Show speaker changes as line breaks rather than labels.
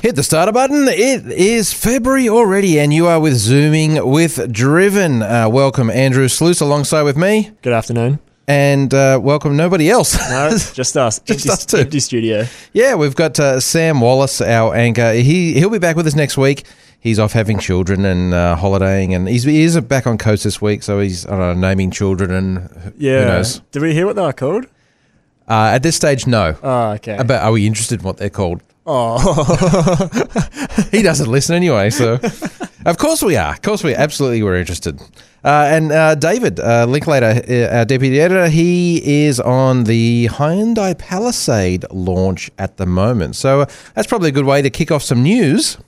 Hit the starter button. It is February already, and you are with Zooming with Driven. Uh, welcome, Andrew Sluice, alongside with me,
Good afternoon.
and uh, welcome nobody else.
No, just us.
Just
empty,
us two.
Empty studio.
yeah, we've got uh, Sam Wallace, our anchor. He he'll be back with us next week. He's off having children and uh, holidaying, and he's he is back on coast this week, so he's I don't know, naming children and
Yeah.
knows?
Did we hear what they were called?
uh, at this stage, no.
Oh, okay.
But are we interested in what they're called?
oh.
he doesn't listen anyway, so of course we are. Of course we absolutely were interested. Uh, and uh, David uh, Linklater, uh, our deputy editor, he is on the Hyundai Palisade launch at the moment. So uh, that's probably a good way to kick off some news.